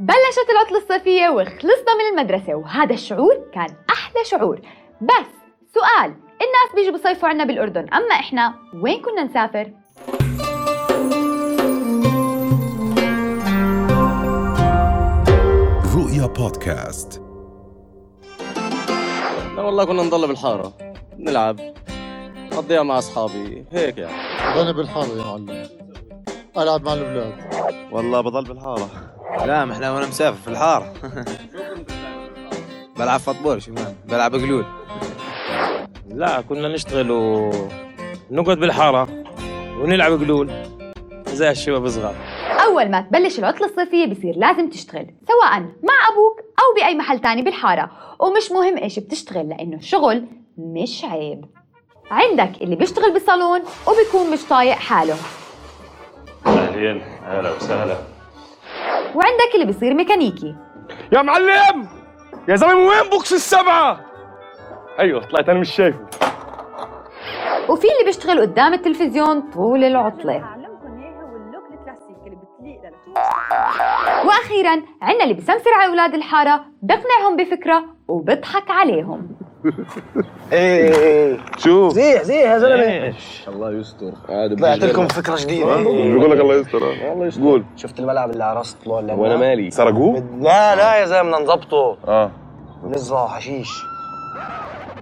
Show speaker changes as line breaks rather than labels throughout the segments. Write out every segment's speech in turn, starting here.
بلشت العطلة الصيفية وخلصنا من المدرسة وهذا الشعور كان أحلى شعور بس سؤال الناس بيجوا بصيفوا عنا بالأردن أما إحنا وين كنا نسافر؟
رؤيا بودكاست
لا والله كنا نضل بالحارة نلعب نقضيها مع أصحابي هيك يعني
انا بالحاره يا معلم العب مع الاولاد
والله بضل بالحارة لا ما احنا وانا مسافر في الحارة بلعب فطبول شو معنى؟ بلعب قلول
لا كنا نشتغل ونقعد بالحارة ونلعب قلول زي الشباب الصغار
أول ما تبلش العطلة الصيفية بصير لازم تشتغل سواء مع أبوك أو بأي محل تاني بالحارة ومش مهم إيش بتشتغل لأنه الشغل مش عيب عندك اللي بيشتغل بالصالون وبيكون مش طايق حاله
اهلين اهلا وسهلا
وعندك اللي بيصير ميكانيكي
يا معلم يا زلمه وين بوكس السبعه ايوه طلعت انا مش شايفه
وفي اللي بيشتغل قدام التلفزيون طول العطلة
هعلمكم اياها واللوك الكلاسيك اللي بتليق للكل
وأخيرا عنا اللي بسمسر على أولاد الحارة بقنعهم بفكرة وبضحك عليهم
شو
زيح زيح يا زلمة
الله يستر عادي
طلعت لكم فكرة جديدة
بقول أه؟ لك الله يستر الله يستر قول
شفت الملعب اللي على راس طلوع اللي
وأنا مالي
سرقوه؟
لا لا يا زلمة بدنا نظبطه
اه
نزرع حشيش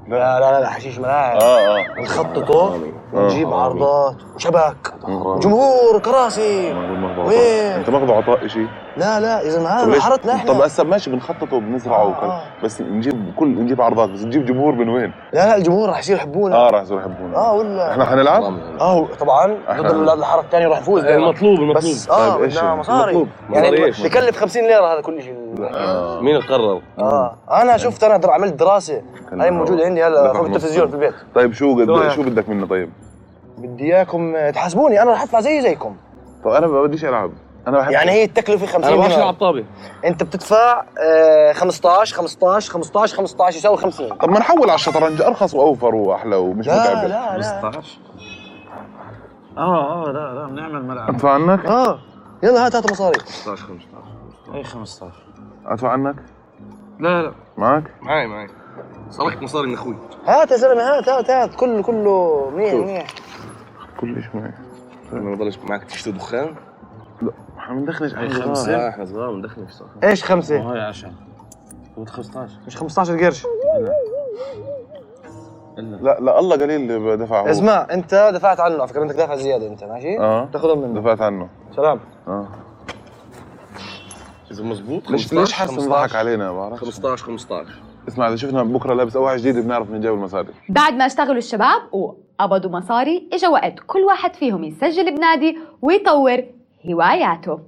لا لا لا حشيش ملاعب
اه اه
نخططه
آه.
ونجيب عرضات وشبك جمهور كراسي وين؟
انت ماخذ عطاء شيء
لا لا يا زلمة هذا
ليش-
حارتنا احنا
آه. طب هسه ماشي بنخططه وبنزرعه وكذا
آه.
بس نجيب كل نجيب عرضات بس نجيب جمهور من وين؟
لا لا الجمهور راح يصير يحبونا
اه راح يصيروا يحبونا
اه ولا
احنا حنلعب؟
اه طبعا ضد
إحنا-
الاولاد الحاره الثاني راح يفوز دايماً.
المطلوب المطلوب
بس اه
طيب إيش
بدنا
يعني؟
مصاري
مصاري
يعني
إيش؟
بكلف 50 ليره هذا كل شيء
آه.
مين قرر؟
اه انا شفت انا در عملت دراسه هاي موجوده عندي هلا
دخل
فوق التلفزيون
مصر.
في البيت
طيب شو
لا.
قد شو بدك منا طيب؟
بدي اياكم تحاسبوني انا راح اطلع زي زيكم
طب انا طيب، ما بديش العب انا بحب
يعني هي التكلفه 50
أنا ما بعرفش
ليره
ألعب طابة
انت بتدفع آه 15 15 15 15 يساوي 50
طب ما نحول على الشطرنج ارخص واوفر واحلى ومش
لا
متعب
لا لا
اه اه لا لا بنعمل ملعب
ادفع عنك
اه يلا هات هات مصاري
15 15 اي 15
ادفع عنك
لا لا
معك
معي معي سرقت مصاري من اخوي
هات يا زلمه هات هات هات كله كله منيح منيح
كلش معي
طيب. ما بضلش معك تشتري دخان؟
ما بندخلش
هاي
على
خمسة.
لا احنا صغار ما بندخلش صح
ايش خمسه؟
وهاي 10 خذ 15
مش 15 قرش
لا لا الله قليل اللي دفعه هو.
اسمع انت دفعت عنه على فكره انت دافع زياده انت ماشي؟
اه
تاخذهم منه
دفعت عنه
سلام
اه
إذا مزبوط
ليش ليش حاسس إنه ضحك علينا ما بعرف
15 15
اسمع اذا شفنا بكره لابس اوعى جديده بنعرف من جاب المصاري
بعد ما اشتغلوا الشباب وقبضوا مصاري اجا وقت كل واحد فيهم يسجل بنادي ويطور هواياته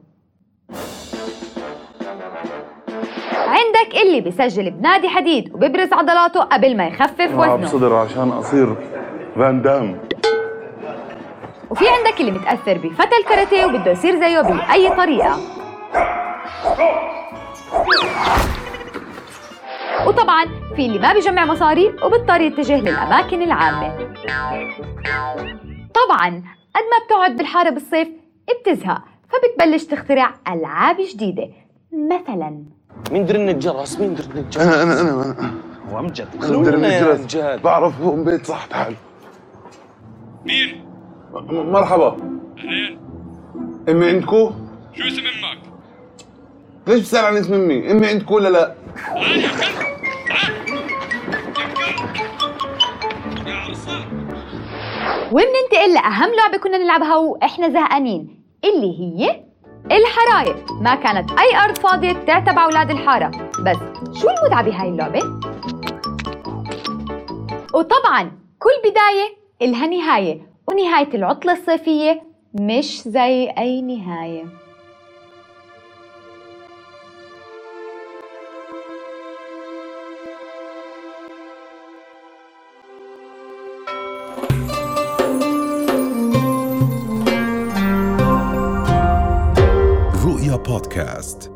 عندك اللي بيسجل بنادي حديد وبيبرز عضلاته قبل ما يخفف وزنه
آه، بصدر عشان اصير فان دام
وفي عندك اللي متأثر بفتى الكاراتيه وبده يصير زيه بأي طريقة وطبعا في اللي ما بيجمع مصاري وبيضطر يتجه للأماكن العامة طبعا قد ما بتقعد بالحارة بالصيف بتزهق فبتبلش تخترع ألعاب جديدة مثلا
مين درن الجرس؟ مين درن الجرس؟
انا انا انا, أنا.
هو امجد
درن
خلونا يا
الجرس.
امجد
بعرف هون بيت صح تعال مين مرحبا اهلين امي عندكو
شو اسم امك؟
ليش بتسال عن اسم امي امي عندكو ولا لا
تعال يا كلب تعال يا كلب يا عرصان
وبننتقل لأهم لعبة كنا نلعبها وإحنا زهقانين اللي هي الحرايق ما كانت أي أرض فاضية تعتبى أولاد الحارة بس شو المتعة بهاي اللعبة؟ وطبعا كل بداية إلها نهاية ونهاية العطلة الصيفية مش زي أي نهاية
رؤيا بودكاست